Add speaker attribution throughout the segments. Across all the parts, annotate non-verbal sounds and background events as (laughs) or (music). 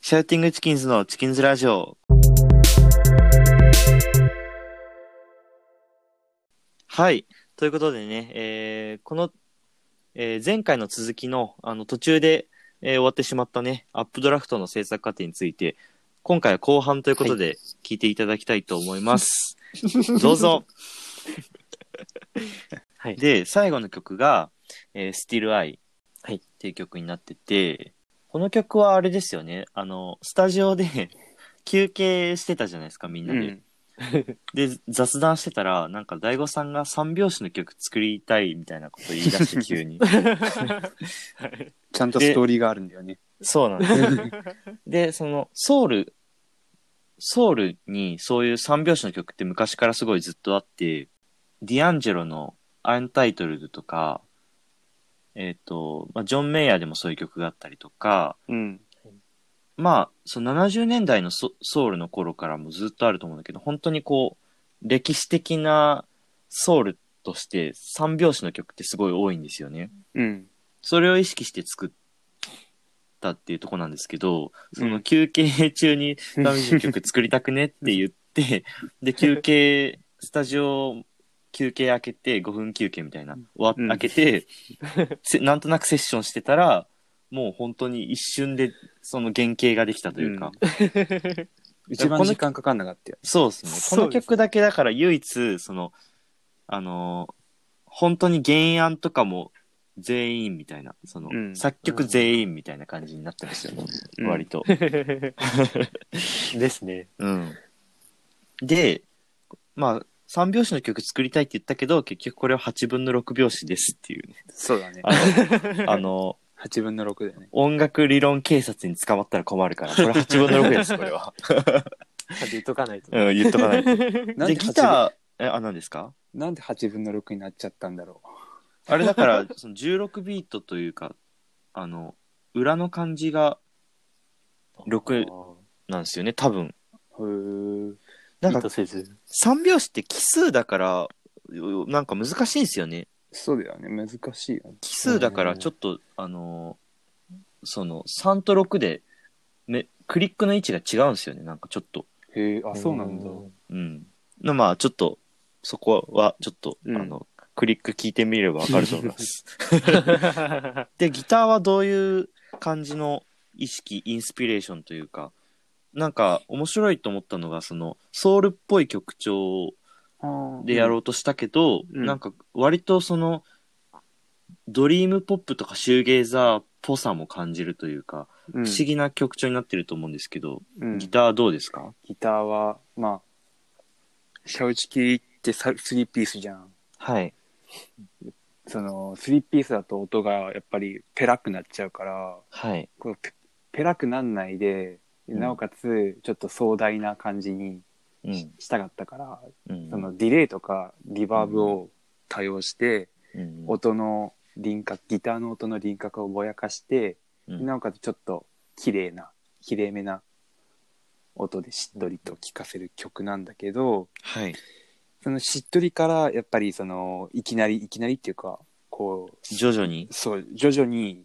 Speaker 1: シャウティングチキンズのチキンズラジオ。はい。ということでね、えーこの、えー前回の続きの、あの、途中で、えー終わってしまったね、アップドラフトの制作過程について、今回は後半ということで、聞いていただきたいと思います。
Speaker 2: (laughs)
Speaker 1: どうぞ。
Speaker 2: はい
Speaker 1: で、最後の曲が、えー Still I
Speaker 2: はい
Speaker 1: っていう曲になってて、この曲はあれですよね、あの、スタジオで (laughs) 休憩してたじゃないですか、みんなで。
Speaker 2: うん
Speaker 1: で、雑談してたら、なんか、大悟さんが三拍子の曲作りたいみたいなこと言い出して、急に。
Speaker 2: ちゃんとストーリーがあるんだよね。
Speaker 1: そうなんです。で、その、ソウル、ソウルにそういう三拍子の曲って昔からすごいずっとあって、ディアンジェロのアンタイトルドとか、えっ、と、まあ、ジョン・メイヤーでもそういう曲があったりとか、
Speaker 2: うん。
Speaker 1: まあ、その70年代のソソウルの頃からもずっとあると思うんだけど、本当にこう、歴史的なソウルとして三拍子の曲ってすごい多いんですよね。
Speaker 2: うん。
Speaker 1: それを意識して作ったっていうとこなんですけど、そ
Speaker 2: うん
Speaker 1: の休憩中に
Speaker 2: うん
Speaker 1: ダメージの曲作りたくねって言
Speaker 2: (laughs)
Speaker 1: って、で、休憩、スタジオ休憩開けて、5分休憩みたいな、わ
Speaker 2: うん
Speaker 1: 開けて、せなんとなくセッションしてたら、もう本当に一瞬でその原型ができたというか、
Speaker 2: うん (laughs) 一番時間かかんなかったよ。
Speaker 1: そうですね。こ
Speaker 2: そうですね
Speaker 1: の曲だけだから唯一、その、あのー本当に原案とかも全員みたいな、その、
Speaker 2: うん
Speaker 1: 作曲全員みたいな感じになってますよね、
Speaker 2: うん
Speaker 1: 割
Speaker 2: (laughs)
Speaker 1: と。
Speaker 3: ですね。
Speaker 1: うん。で、まあ、3拍子の曲作りたいって言ったけど、結局これは8分の6拍子ですっていうね。
Speaker 2: そうだね。
Speaker 1: あ (laughs) の、あの
Speaker 2: 8分の6だよね。
Speaker 1: 音楽理論警察に捕まったら困るから、これ8分の6です、これ (laughs) は。
Speaker 3: ちゃんと言っとかないと。
Speaker 1: うん、言っとかないと。
Speaker 2: なん
Speaker 1: で、
Speaker 2: で
Speaker 1: ギ
Speaker 2: 8
Speaker 1: ター、え、あ、何ですか
Speaker 2: 分なんで8分の6になっちゃったんだろ
Speaker 1: あれだから、 (laughs) その16ビートというか、あの、裏の感じが、6なんですよね、多分。
Speaker 2: う。へえ。
Speaker 1: な
Speaker 3: なん
Speaker 1: か、
Speaker 3: んとせず。
Speaker 1: 3拍子って奇数だから、うなんか難しいんですよね。
Speaker 2: そうだよね。難しいよね。
Speaker 1: 奇数だから、ちょっと、あのー、その、3と6で、めクリックの位置が違うんですよね、なんかちょっと。
Speaker 2: へえ、あ、そうなんだ。
Speaker 1: うん。のまあ、ちょっと、そこは、ちょっと、
Speaker 2: うん
Speaker 1: あの、クリック聞いてみればわかると思います。
Speaker 3: だ。
Speaker 1: で、ギターはどういう感じの意識、インスピレーションというか、なんか面白いと思ったのが、その、ソウルっぽい曲調でやろうとしたけど、
Speaker 2: うん
Speaker 1: なんか割とその、ドリームポップとかシューゲーザーっぽさも感じるというか、
Speaker 2: うん。
Speaker 1: 不思議な曲調になってると思うんですけど、
Speaker 2: うん
Speaker 1: ギターどうですか
Speaker 2: ギターは、まあ、シャウチキリってさ3ピースじゃん。
Speaker 1: はい。
Speaker 2: その、3ピースだと音がやっぱりペラくなっちゃうから、
Speaker 1: はい。
Speaker 2: こうペペラくなんないで、
Speaker 1: うん
Speaker 2: なおかつちょっと壮大な感じに
Speaker 1: うん。
Speaker 2: したかったから、
Speaker 1: うん。
Speaker 2: そのディレイとかリバーブを多用して、
Speaker 1: うん、
Speaker 2: 音の輪郭ギターの音の輪郭をぼやかして、
Speaker 1: うん
Speaker 2: なおかつちょっと綺麗な綺麗めな音でしっとりと聴かせる曲なんだけど
Speaker 1: はい。
Speaker 2: そのしっとりからやっぱりそのいきなりいきなりっていうかこう
Speaker 1: 徐々に
Speaker 2: そう徐々に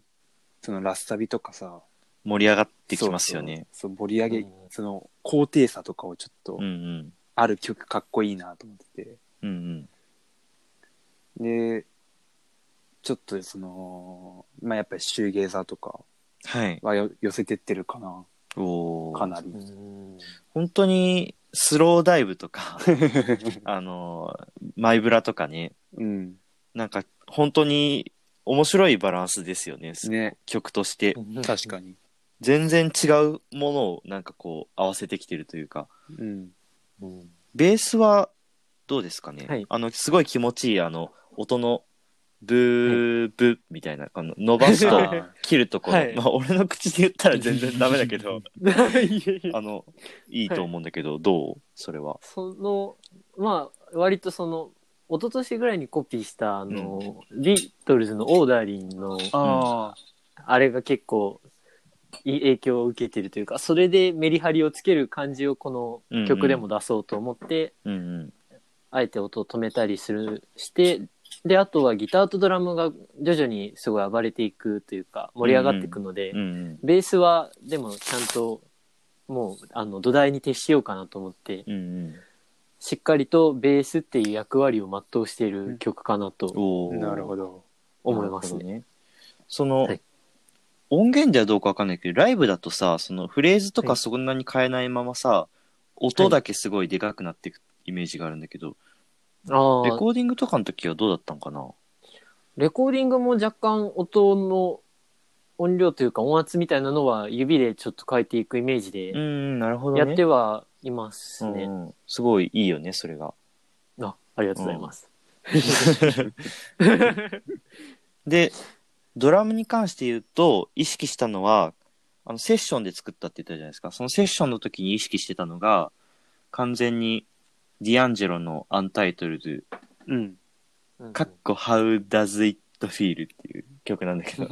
Speaker 2: そのラスサビとかさ
Speaker 1: 盛り上がってきますよね。
Speaker 2: そうそうそう盛り上げ、
Speaker 3: うん
Speaker 2: その高低差とかをちょっと、
Speaker 1: うんうん。
Speaker 2: ある曲かっこいいなと思ってて
Speaker 1: うんうん。
Speaker 2: でちょっとそのまあやっぱりシューゲーザーとか
Speaker 1: はい。
Speaker 2: はよ寄せてってるか
Speaker 1: (laughs)
Speaker 2: な
Speaker 1: おー
Speaker 2: かなり、
Speaker 1: 本当にスローダイブと
Speaker 3: (laughs)
Speaker 1: か、あの、マイブラとかね、
Speaker 2: うん、
Speaker 1: なんか本当に面白いバランスですよね、
Speaker 2: ね
Speaker 1: 曲として。
Speaker 2: 確かに、
Speaker 1: 全然違うものをなんかこう合わせてきてるというか、
Speaker 2: うん、
Speaker 3: に。
Speaker 1: ベースはどうですかね、
Speaker 3: はい
Speaker 1: あの、すごい気持ちいいあの、音のブーブーみたいな、あの伸ばす
Speaker 2: あ
Speaker 1: と
Speaker 2: ー
Speaker 1: 切るところ、
Speaker 3: はい
Speaker 1: まあ俺の口で言ったら全然ダメだけ
Speaker 3: (laughs)
Speaker 1: ど、
Speaker 3: いえいえ
Speaker 1: あの、いいと思うんだけど、どうそれは。
Speaker 3: その、まあ、割とその、一昨年ぐらいにコピーした、あの、ビートルズのオーダーリンの、
Speaker 2: あ
Speaker 3: あれが結構、いい影響を受けてるというか、それでメリハリをつける感じをこの曲でも出そうと思って、
Speaker 1: うんうん。
Speaker 3: あえて音を止めたりするしてであとはギターとドラムが徐々にすごい暴れていくというか盛り上がっていくので、
Speaker 1: うんうん。
Speaker 3: ベースはでもちゃんともうあの土台に徹しようかなと思って
Speaker 1: うんうん。
Speaker 3: しっかりとベースっていう役割を全うしている曲かなと
Speaker 1: おー
Speaker 2: なるほど。
Speaker 3: 思います
Speaker 1: なる
Speaker 3: ね。
Speaker 1: ほどその、
Speaker 3: はい
Speaker 1: 音源ではどうかわかんないけど、ライブだとさ、そのフレーズと
Speaker 3: は
Speaker 1: か
Speaker 3: い
Speaker 1: そんなに変えないままさ、音だけすごいでかくなっていくイメージがあるんだけど、
Speaker 3: あ
Speaker 1: レ
Speaker 3: あ
Speaker 1: コーディングとかの時はどうだったんかな
Speaker 3: レコーディングも若干音の音量というか音圧みたいなのは指でちょっと変えていくイメージ
Speaker 1: う
Speaker 3: で
Speaker 1: ん、なるほどね。
Speaker 3: やってはいます
Speaker 1: う
Speaker 3: ね。
Speaker 1: んうんすごいいいよね、それが。
Speaker 3: あありがとうございます。
Speaker 1: (laughs) で、ドラムに関して言うと、意識したのは、あの、セッションで作ったって言ったじゃないですか。そのセッションの時に意識してたのが、完全にディアンジェロのアンタイトルズ、
Speaker 2: うん。
Speaker 3: うん
Speaker 1: かっこ How Does It Feel っていう曲なんだけど。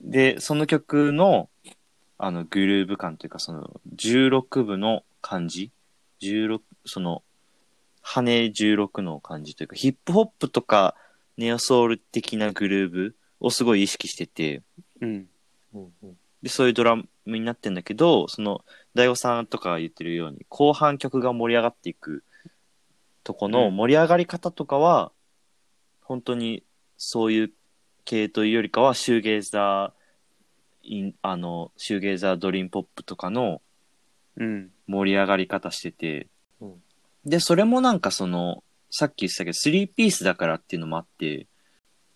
Speaker 1: で、その曲の、あの、グルーヴ感というか、その、16部の感じ、16、その、羽16の感じというか、ヒップホップとか、ネオソウル的なグルーヴをすごい意識してて、
Speaker 2: うん。
Speaker 3: うんうん
Speaker 1: で、そういうドラムになってんだけど、その、大悟さんとかが言ってるように、後半曲が盛り上がっていくとこの
Speaker 2: うん
Speaker 1: 盛り上がり方とかは、本当にそういう系というよりかは、シューゲーザー、イン、あの、シューゲーザードリームポップとかの
Speaker 2: うん。
Speaker 1: 盛り上がり方してて、
Speaker 3: うん
Speaker 1: で、それもなんかその、さっき言ってたけど、3ピースだからっていうのもあって、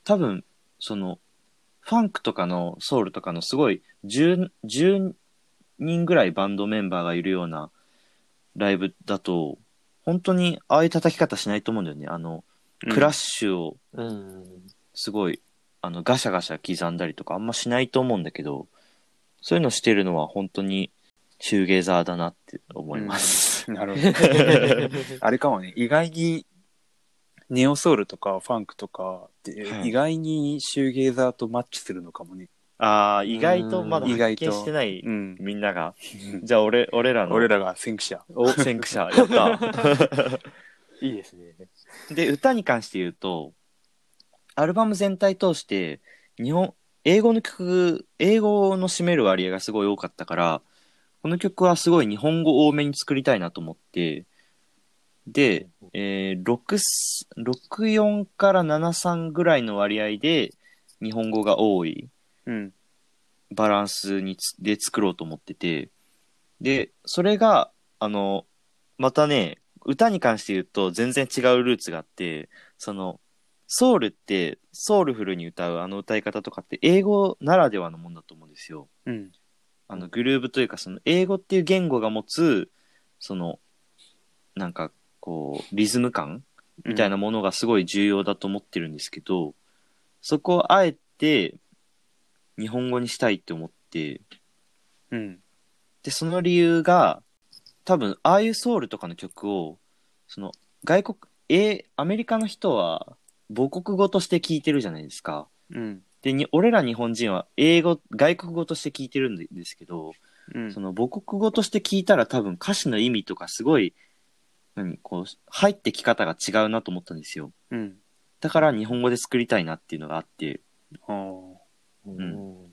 Speaker 1: 多分、その、ファンクとかのソウルとかのすごい10、10人ぐらいバンドメンバーがいるようなライブだと、本当にああいう叩き方しないと思うんだよね。あの、クラッ
Speaker 2: シ
Speaker 1: シュを
Speaker 3: (laughs) うん
Speaker 1: すごい、あの、ガシャガシャ刻んだりとかあんましないと思うんだけど、そういうのしてるのは本当にシューゲーザーだなって思います。
Speaker 2: ュ。なるほど。あれかもね、意外に、ネオソウルとかファンクとかって
Speaker 1: は、い
Speaker 2: 意外にシューゲーザーとマッチするのかもね。
Speaker 1: ああ、意外とまだ
Speaker 2: うん
Speaker 1: 発見してない
Speaker 2: うん。
Speaker 1: みんなが。じゃあ俺、俺らの。
Speaker 2: 俺らが先駆者。
Speaker 1: お、先駆者。やった。
Speaker 3: いいですね。
Speaker 1: で、歌に関して言うと、アルバム全体通して、日本、英語の曲、英語の占める割合がすごい多かったから、この曲はすごい日本語多めに作りたいなと思って、で、えー、6す、64から73ぐらいの割合で日本語が多い
Speaker 2: うん。
Speaker 1: バランスにつで作ろうと思ってて、で、それが、あの、またね、歌に関して言うと全然違うルーツがあって、その、ソウルって、ソウルフルに歌うあの歌い方とかって英語ならではのもんだと思うんですよ。
Speaker 2: うん。
Speaker 1: あの、グルーブというか、その、英語っていう言語が持つ、その、なんか、こう、リズム感みたいなものがすごい重要だと思ってるんですけど、そこをあえて日本語にしたいって思って、
Speaker 2: うん。
Speaker 1: で、その理由が、多分、ああいうソウルとかの曲を、その、外国、え、アメリカの人は母国語として聴いてるじゃないですか。
Speaker 2: うん。
Speaker 1: で、に、俺ら日本人は英語、外国語として聴いてるんでですけど、
Speaker 2: うん
Speaker 1: その母国語として聞いたら多分歌詞の意味とかすごい、何、こう、入ってき方が違うなと思ったんですよ。
Speaker 2: うん。
Speaker 1: だから日本語で作りたいなっていうのがあって、
Speaker 2: あー
Speaker 3: うん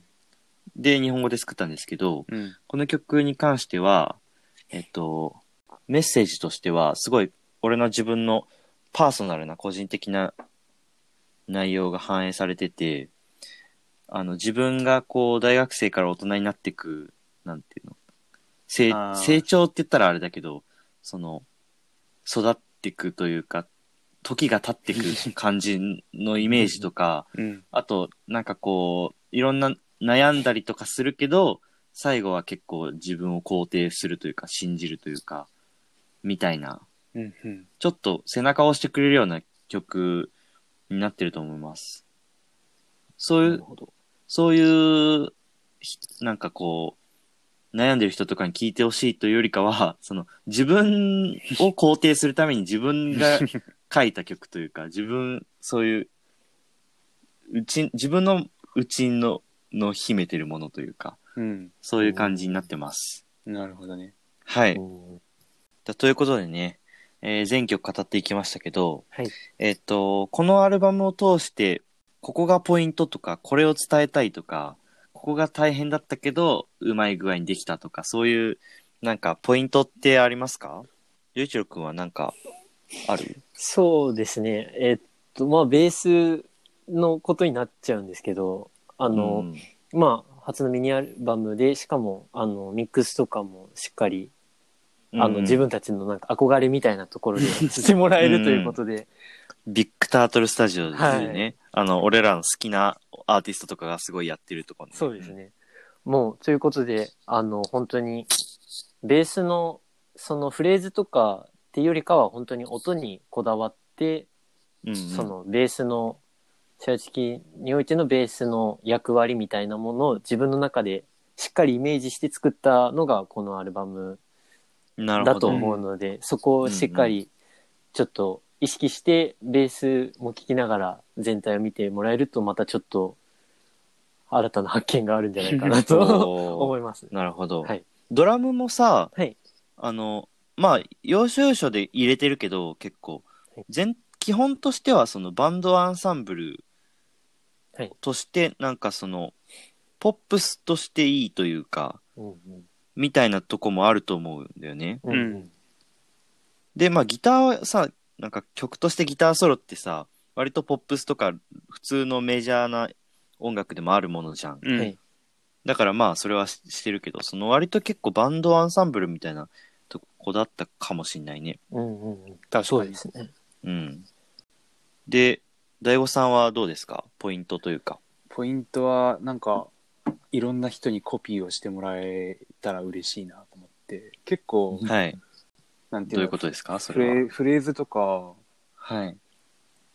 Speaker 1: で、日本語で作ったんですけど、
Speaker 2: うん。
Speaker 1: この曲に関しては、えっと、メッセージとしては、すごい、俺の自分のパーソナルな個人的な内容が反映されてて、あの、自分がこう、大学生から大人になってく、なんていうの、成
Speaker 2: あー
Speaker 1: 成長って言ったらあれだけど、その、育ってくというか、時が経ってく感じのイメージとか、
Speaker 2: うん。
Speaker 1: あと、なんかこう、いろんな悩んだりとかするけど、最後は結構自分を肯定するというか、信じるというか、みたいな、
Speaker 2: うん。うん。
Speaker 1: ちょっと背中を押してくれるような曲になってると思います。そうい
Speaker 3: なる
Speaker 1: う、
Speaker 3: ほど。
Speaker 1: そういうひ、なんかこう、悩んでる人とかに聞いてほしいというよりかは、 (laughs) その、自分を肯定するために自分が書いた曲というか、自分、そういう、うち、自分のうちの、の秘めてるものというか、
Speaker 2: うん。
Speaker 1: そういう感じになってます。
Speaker 2: なるほどね。
Speaker 1: はい。
Speaker 3: うん
Speaker 1: だということでね、えー全曲語っていきましたけど、
Speaker 3: はい
Speaker 1: えっ、と、このアルバムを通して、ここがポイントとか、これを伝えたいとか、ここが大変だったけど、うまい具合にできたとか、そういう、なんか、ポイントってありますかゆういちろくんはなんか、ある
Speaker 3: そうですね。えっと、まあ、ベースのことになっちゃうんですけど、あ
Speaker 1: あ
Speaker 3: の、まあ、初のミニアルバムで、しかも、あの、ミックスとかもしっかり、あの、自、分たちのなんか憧れみたいなと (laughs) ころでしてもらえるということで、
Speaker 1: ビッグタートルスタジオですよね。
Speaker 3: は
Speaker 1: あの、俺らの好きなアーティストとかがすごいやってるところ、
Speaker 3: そうです。ね。もう、ということで、あの、本当に、ベースの、そのフレーズとかっていうよりかは、本当に音にこだわって、
Speaker 1: うん、
Speaker 3: そ、のベースの社式においてのベースの役割みたいなものを自分の中でしっかりイメージして作ったのがこのアルバム
Speaker 1: なる
Speaker 3: だ
Speaker 1: ほ
Speaker 3: と
Speaker 1: ど。 (laughs)
Speaker 3: 思うので、そこをしっかりちょっと意識してベースも聴きながら全体を見てもらえるとまたちょっと新たな発見があるんじゃないかなと
Speaker 1: と
Speaker 3: (laughs) 思います。
Speaker 1: なるほど、
Speaker 3: はい
Speaker 1: ドラムもさ、
Speaker 3: はい
Speaker 1: あの、まあ、要所要所で入れてるけど、結構
Speaker 3: はい、
Speaker 1: 全基本としては、そのバンドアンサンブル
Speaker 3: はい
Speaker 1: として、なんかその、ポップスとしていいというか、
Speaker 3: うん
Speaker 1: みたいなとこもあると思うんだよね。
Speaker 3: うんうん
Speaker 1: で、まあ、ギターはさ、なんか曲としてギターソロってさ、割とポップスとか普通のメジャーな音楽でもあるものじゃん。
Speaker 2: うん
Speaker 3: はい
Speaker 1: だからまあ、それはししてるけど、その割と結構バンドアンサンブルみたいなとこだったかもしんないね。
Speaker 3: うんうんうん
Speaker 2: 確
Speaker 3: そう
Speaker 2: か
Speaker 3: で
Speaker 2: に。
Speaker 3: すね。
Speaker 1: うん。で、大悟さんはどうですかポイントというか。
Speaker 2: ポイントは、なんか、いろんな人にコピーをしてもらえたら嬉しいなと思って、結構、
Speaker 1: はい。
Speaker 2: なんてい
Speaker 1: どうい
Speaker 2: うの
Speaker 1: うことですかそ
Speaker 2: フ
Speaker 1: れ
Speaker 2: レ
Speaker 1: は。
Speaker 2: フレーズとか、
Speaker 1: はい。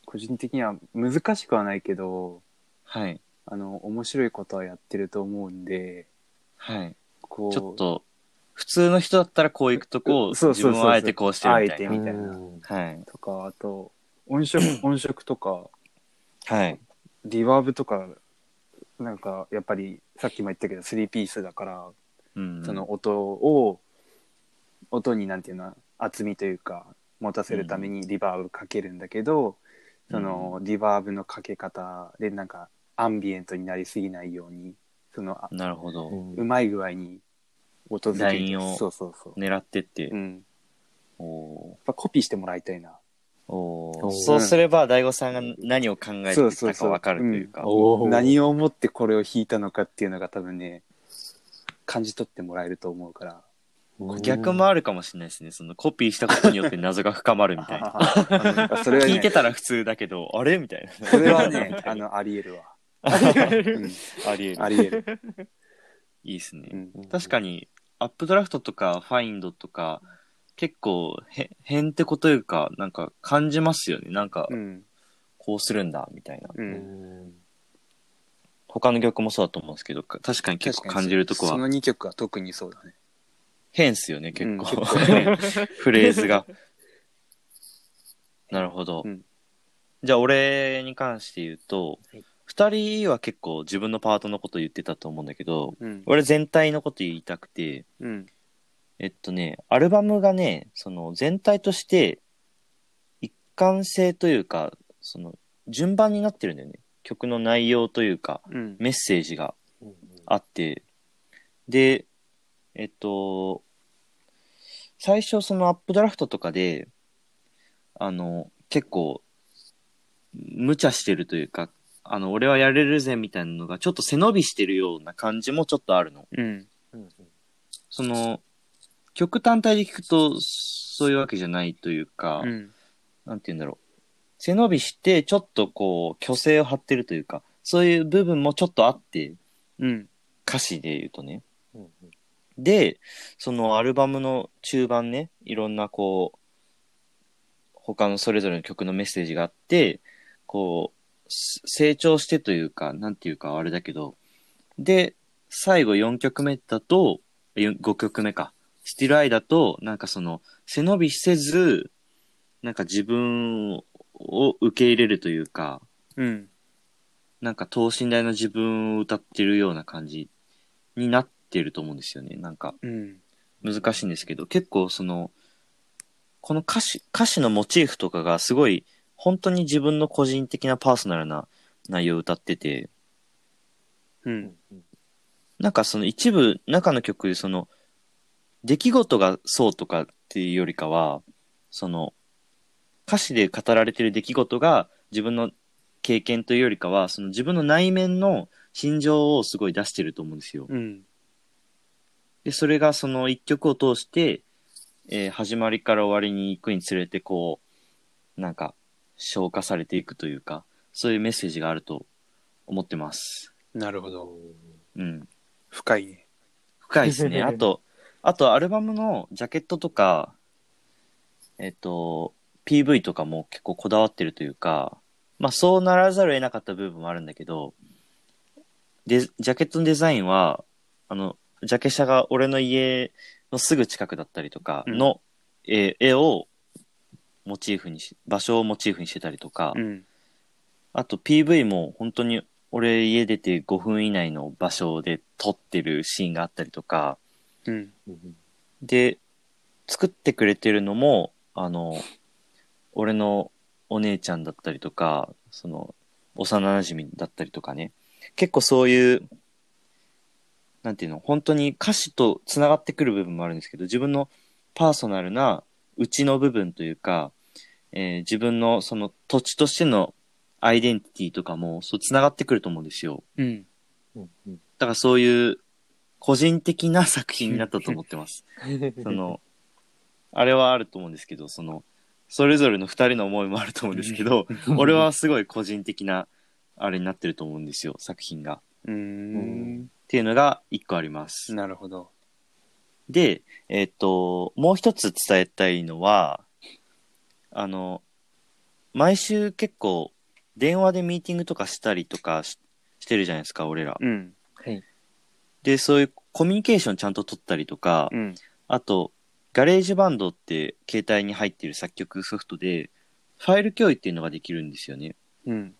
Speaker 2: 個人的には難しくはないけど、
Speaker 1: はい。
Speaker 2: あの、面白いことはやってると思うんで、
Speaker 1: はい。
Speaker 2: こう、
Speaker 1: ちょっと、普通の人だったらこういくとこを、
Speaker 2: そう
Speaker 1: 自
Speaker 2: そうそうそう
Speaker 1: 分はあえてこうしてるみたい
Speaker 2: あえ
Speaker 1: な。
Speaker 2: みたいな
Speaker 3: うん
Speaker 1: はい。
Speaker 2: とか、あと、音
Speaker 1: (clears throat)
Speaker 2: 色、音色とか、
Speaker 1: はい。
Speaker 2: リバーブとか、なんか、やっぱり、さっきも言ったけど、3ピースだから、
Speaker 1: うん。
Speaker 2: その音を、音になんていうの、厚みというか、持たせるためにリバーブかけるんだけど、その、リバーブのかけ方で、なんか、アンビエントになりすぎないように、その、あ
Speaker 1: なるほど。
Speaker 3: うん
Speaker 2: うまい具合に、音付
Speaker 1: ラ
Speaker 2: け
Speaker 1: インを
Speaker 2: そうそうそう。
Speaker 1: 狙ってって。
Speaker 2: うん。やっ
Speaker 1: お
Speaker 2: ぱコピーしてもらいたいな。
Speaker 1: ーおー
Speaker 3: おー
Speaker 1: そうすれば、大悟さんが何を考え
Speaker 2: そう
Speaker 1: て
Speaker 2: そう
Speaker 1: たか
Speaker 2: そう
Speaker 1: わかるというか。
Speaker 3: おー
Speaker 2: 何を思ってこれを弾いたのかっていうのが多分ね、感じ取ってもらえると思うから。
Speaker 1: 逆もあるかもしれないですね。そのコピーしたことによって謎が深まるみたいな。
Speaker 2: (laughs) それは
Speaker 1: 聞いて
Speaker 2: ね、
Speaker 1: たら普通だけど、あ (laughs) れみたい
Speaker 2: それはね、あの、あり得るわ。う
Speaker 1: な。ありえ
Speaker 2: ん、あ
Speaker 1: る。
Speaker 2: り得る。
Speaker 1: いいですね。
Speaker 2: うん
Speaker 1: 確かに、アップドラフトとか、ファインドとか、結構へ、へんてこというか、なんか感じますよね。なんか
Speaker 2: う、ん。
Speaker 1: こうするんだ、みたいな。
Speaker 2: う。
Speaker 3: うんん
Speaker 1: 他の曲もそうだと思うんですけど、か確かに結構感じるとこ
Speaker 2: その
Speaker 1: は、
Speaker 2: 2曲は特にそうだね。
Speaker 1: 変っすよね、結構。
Speaker 2: うん
Speaker 1: (laughs) フレーズ
Speaker 2: (laughs)
Speaker 1: が。なるほど。
Speaker 2: うん
Speaker 1: じゃあ、俺に関して言うと
Speaker 3: はい、
Speaker 1: 二、人は結構自分のパートのこと言ってたと思うんだけど、
Speaker 2: うん。
Speaker 1: 俺全体のこと言いたくて、
Speaker 2: うん。
Speaker 1: えっとね、アルバムがね、その全体として一貫性というか、その順番になってるんだよね。曲の内容というか、
Speaker 2: うん。
Speaker 1: メッセージが。
Speaker 3: うんうん
Speaker 1: あって、で、えっと、最初そのアップドラフトとかで、あの、結構、無茶してるというか、あの、俺はやれるぜみたいなのが、ちょっと背伸びしてるような感じもちょっとあるの。
Speaker 2: うん。
Speaker 3: うん
Speaker 1: その、曲単体で聞くと、そういうわけじゃないというか、
Speaker 2: うん。
Speaker 1: なんて言うんだろう。背伸びして、ちょっとこう、虚勢を張ってるというか、そういう部分もちょっとあって、
Speaker 2: うん。
Speaker 1: 歌詞で言うとね。
Speaker 3: うんうん
Speaker 1: で、そのアルバムの中盤ね、いろんなこう、他のそれぞれの曲のメッセージがあって、こう、す成長してというか、なんていうかあれだけど、で、最後4曲目だと、5曲目か、Still I だと、なんかその、背伸びせず、なんか自分を受け入れるというか、
Speaker 2: うん。
Speaker 1: なんか等身大の自分を歌ってるような感じになってると思うんですよね、なんか。
Speaker 2: うん。
Speaker 1: 難しいんですけど、結構その、この歌詞、歌詞のモチーフとかがすごい、本当に自分の個人的なパーソナルな内容を歌ってて、
Speaker 2: うん。
Speaker 1: なんかその一部中の曲その出来事がそうとかっていうよりかはその歌詞で語られてる出来事が自分の経験というよりかはその自分の内面の心情をすごい出してると思うんですよ。
Speaker 2: うん。
Speaker 1: でそれがその一曲を通して、えー始まりから終わりに行くにつれてこうなんか消化されていくというかそういうメッセージがあると思ってます。
Speaker 2: なるほど。
Speaker 1: うん
Speaker 2: 深いね。
Speaker 1: 深いですね。あ
Speaker 2: (laughs)
Speaker 1: と、あとアルバムのジャケットとか、えっと、PV とかも結構こだわってるというか、まあそうならざるを得なかった部分もあるんだけど、で、ジャケットのデザインは、あの、ジャケ写が俺の家のすぐ近くだったりとか
Speaker 2: うん
Speaker 1: の、えー絵をモチーフにし、場所をモチーフにしてたりとか、
Speaker 2: うん。
Speaker 1: あと PV も本当に俺家出て5分以内の場所で撮ってるシーンがあったりとか、
Speaker 2: うん。
Speaker 1: で作ってくれてるのもあの俺のお姉ちゃんだったりとかその幼馴染だったりとかね結構そういうなんていうの本当に歌詞とつながってくる部分もあるんですけど自分のパーソナルなうちの部分というか、えー自分のその土地としてのアイデンティティとかもそうつながってくると思うんですよ
Speaker 2: うん。
Speaker 1: だからそういう個人的な作品になったと思ってますその、 (laughs) あれはあると思うんですけど、その、それぞれの二人の思いもあると思うんですけど、俺はすごい個人的な、あれになってると思うんですよ、作品が。っ
Speaker 2: うーん。
Speaker 1: ていうのが一個あります。
Speaker 2: なるほど。
Speaker 1: で、えっ、と、もう一つ伝えたいのは、あの、毎週結構、電話でミーティングとかしたりとかししてるじゃないですか、俺ら。
Speaker 2: うん。
Speaker 1: で、そういうコミュニケーションちゃんと取ったりとか、
Speaker 2: うん。
Speaker 1: あと、ガレージバンドって携帯に入ってる作曲ソフトで、ファイル共有っていうのができるんですよね。
Speaker 2: うん。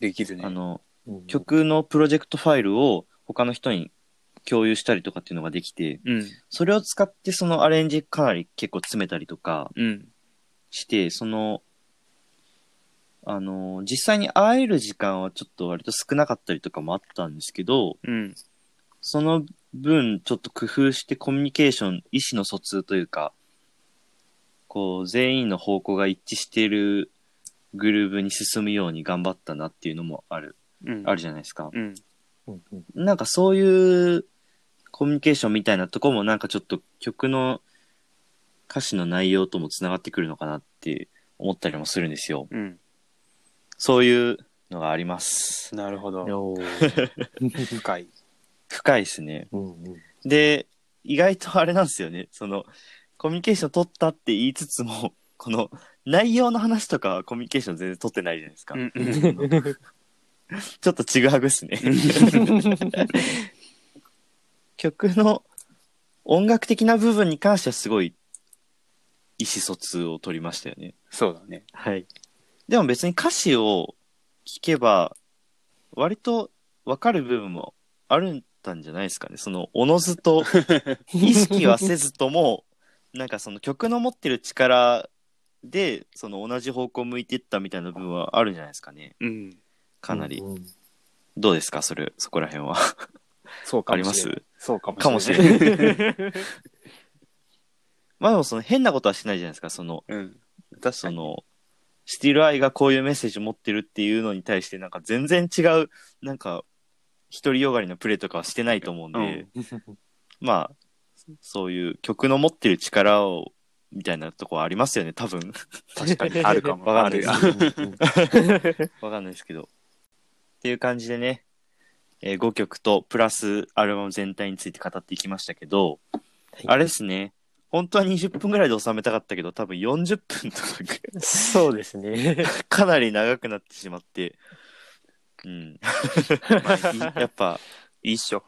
Speaker 2: できるね。
Speaker 1: あの、
Speaker 3: うん
Speaker 1: 曲のプロジェクトファイルを他の人に共有したりとかっていうのができて、
Speaker 2: うん。
Speaker 1: それを使ってそのアレンジかなり結構詰めたりとか
Speaker 2: うん。
Speaker 1: して、その、あの、実際に会える時間はちょっと割と少なかったりとかもあったんですけど、
Speaker 2: うん。
Speaker 1: その分、ちょっと工夫してコミュニケーション、意思の疎通というか、こう、全員の方向が一致しているグルーブに進むように頑張ったなっていうのもある、
Speaker 2: うん。
Speaker 1: あるじゃないですか。
Speaker 2: うん。
Speaker 3: うんうん
Speaker 1: なんかそういうコミュニケーションみたいなとこもなんかちょっと曲の歌詞の内容ともつながってくるのかなって思ったりもするんですよ。
Speaker 2: うん。
Speaker 1: そういうのがあります。
Speaker 2: なるほ
Speaker 3: いや
Speaker 2: ど。
Speaker 3: おー
Speaker 2: 深い。
Speaker 1: 深いですね。
Speaker 3: うんうん
Speaker 1: で、意外とあれなんですよね。その、コミュニケーション取ったって言いつつも、 (laughs) この内容の話とかはコミュニケーション全然取ってないじゃないですか。
Speaker 2: うん。うん
Speaker 1: ちょっとちぐはぐっすね。 (laughs) 曲の音楽的な部分に関してはすごい意思疎通を取りましたよね。
Speaker 2: (laughs) そうだね。
Speaker 3: はい。
Speaker 1: でも別に歌詞を聞けば、割とわかる部分もあるんだんじゃないですかね。その、おのずと意識はせずともなんかその曲の持ってる力でその同じ方向向いてったみたいな部分はあるんじゃないですかね
Speaker 2: うん。
Speaker 1: かなり、
Speaker 3: うんうん
Speaker 1: どうですかそれそこら辺は
Speaker 2: そうか
Speaker 1: あり
Speaker 2: も
Speaker 1: ま
Speaker 2: しれ
Speaker 1: す
Speaker 2: ない。そうか
Speaker 1: か
Speaker 2: も
Speaker 1: も
Speaker 2: し
Speaker 1: し
Speaker 2: れない。
Speaker 1: れないまあでもその変なことはしないじゃないですかその
Speaker 2: うん。 (laughs) 確か
Speaker 1: そ
Speaker 2: に。
Speaker 1: のスティールアイがこういうメッセージ持ってるっていうのに対してなんか全然違うなんか独りよがりのプレーとかはしてないと思うんで、
Speaker 2: うん
Speaker 1: まあそういう曲の持ってる力をみたいなとこはありますよね多分
Speaker 2: 確かに。あるかも。
Speaker 1: わかんない
Speaker 2: る
Speaker 1: ですわかんないですけど。っていう感じでね、え5曲とプラスアルバム全体について語っていきましたけど、
Speaker 3: い
Speaker 1: あれですね、本当は20分ぐらいで収めたかったけど、多分40分とか
Speaker 3: (laughs)
Speaker 1: ぐ
Speaker 3: そうですね。
Speaker 1: らいかなり長くなってしまって、うん。まあいやっぱ、
Speaker 2: 一緒。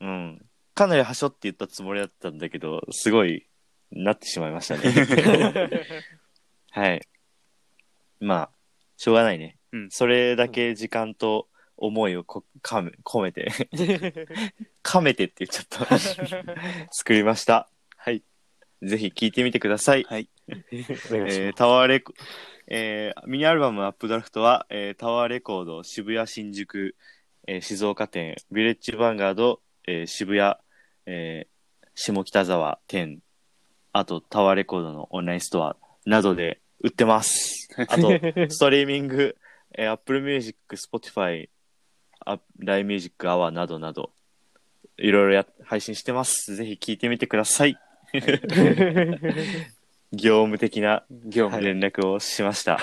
Speaker 1: うん。かなり端折って言ったつもりだったんだけど、すごい、なってしまいましたね。 (laughs) はい。まあ、しょうがないね。
Speaker 2: うん
Speaker 1: それだけ時間と思いをこかめ込 (laughs) めて、かめてって言っちゃった。 (laughs) 作りました。はい。ぜひ聴いてみてください。
Speaker 2: はい。
Speaker 3: お願いし
Speaker 1: えータワーレコ、えーミニアルバムアップドラフトは、えータワーレコード、渋谷、新宿、えー静岡店、ビレッジヴァンガード、えー渋谷、えー下北沢店、あとタワーレコードのオンラインストアなどで売って
Speaker 3: (laughs)
Speaker 1: ます。あと、ストリーミング、えー、Apple Music、Spotify、あ LINE Music Hour などなど、いろいろや配信してます。ぜひ聞いてみてくだ
Speaker 3: (laughs)
Speaker 1: さい。業務的な
Speaker 2: 業務で。
Speaker 1: 連絡をしました。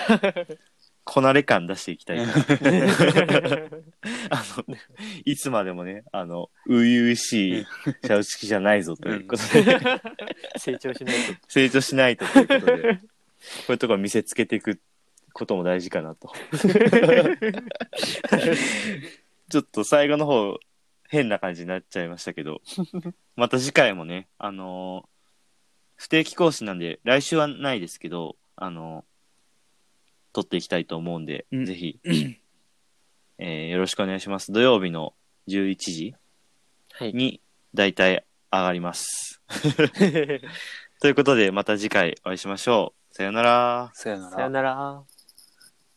Speaker 1: こなれ感出していきたいから。あの、いつまでもね、あの、初々しい、シャウチキじゃないぞということで、
Speaker 3: 成長しない
Speaker 1: 成長しないとということ
Speaker 2: (laughs)
Speaker 1: で、こういうところ見せつけていくことも大事かな
Speaker 2: (laughs)
Speaker 1: と。ちょっと最後の方、変な感じになっちゃいましたけど、また次回もね、あのー不定期更新なんで、来週はないですけど、あのー撮っていきたいと思うんで、
Speaker 2: うん
Speaker 1: ぜひ、えーよろしくお願いします。土曜日の11時
Speaker 3: と。はい。
Speaker 1: に、だいたい上がります。 (laughs) ということで、また次回お会いしましょう。さよなら。
Speaker 2: さよな
Speaker 3: さよ
Speaker 2: ら。
Speaker 3: なら。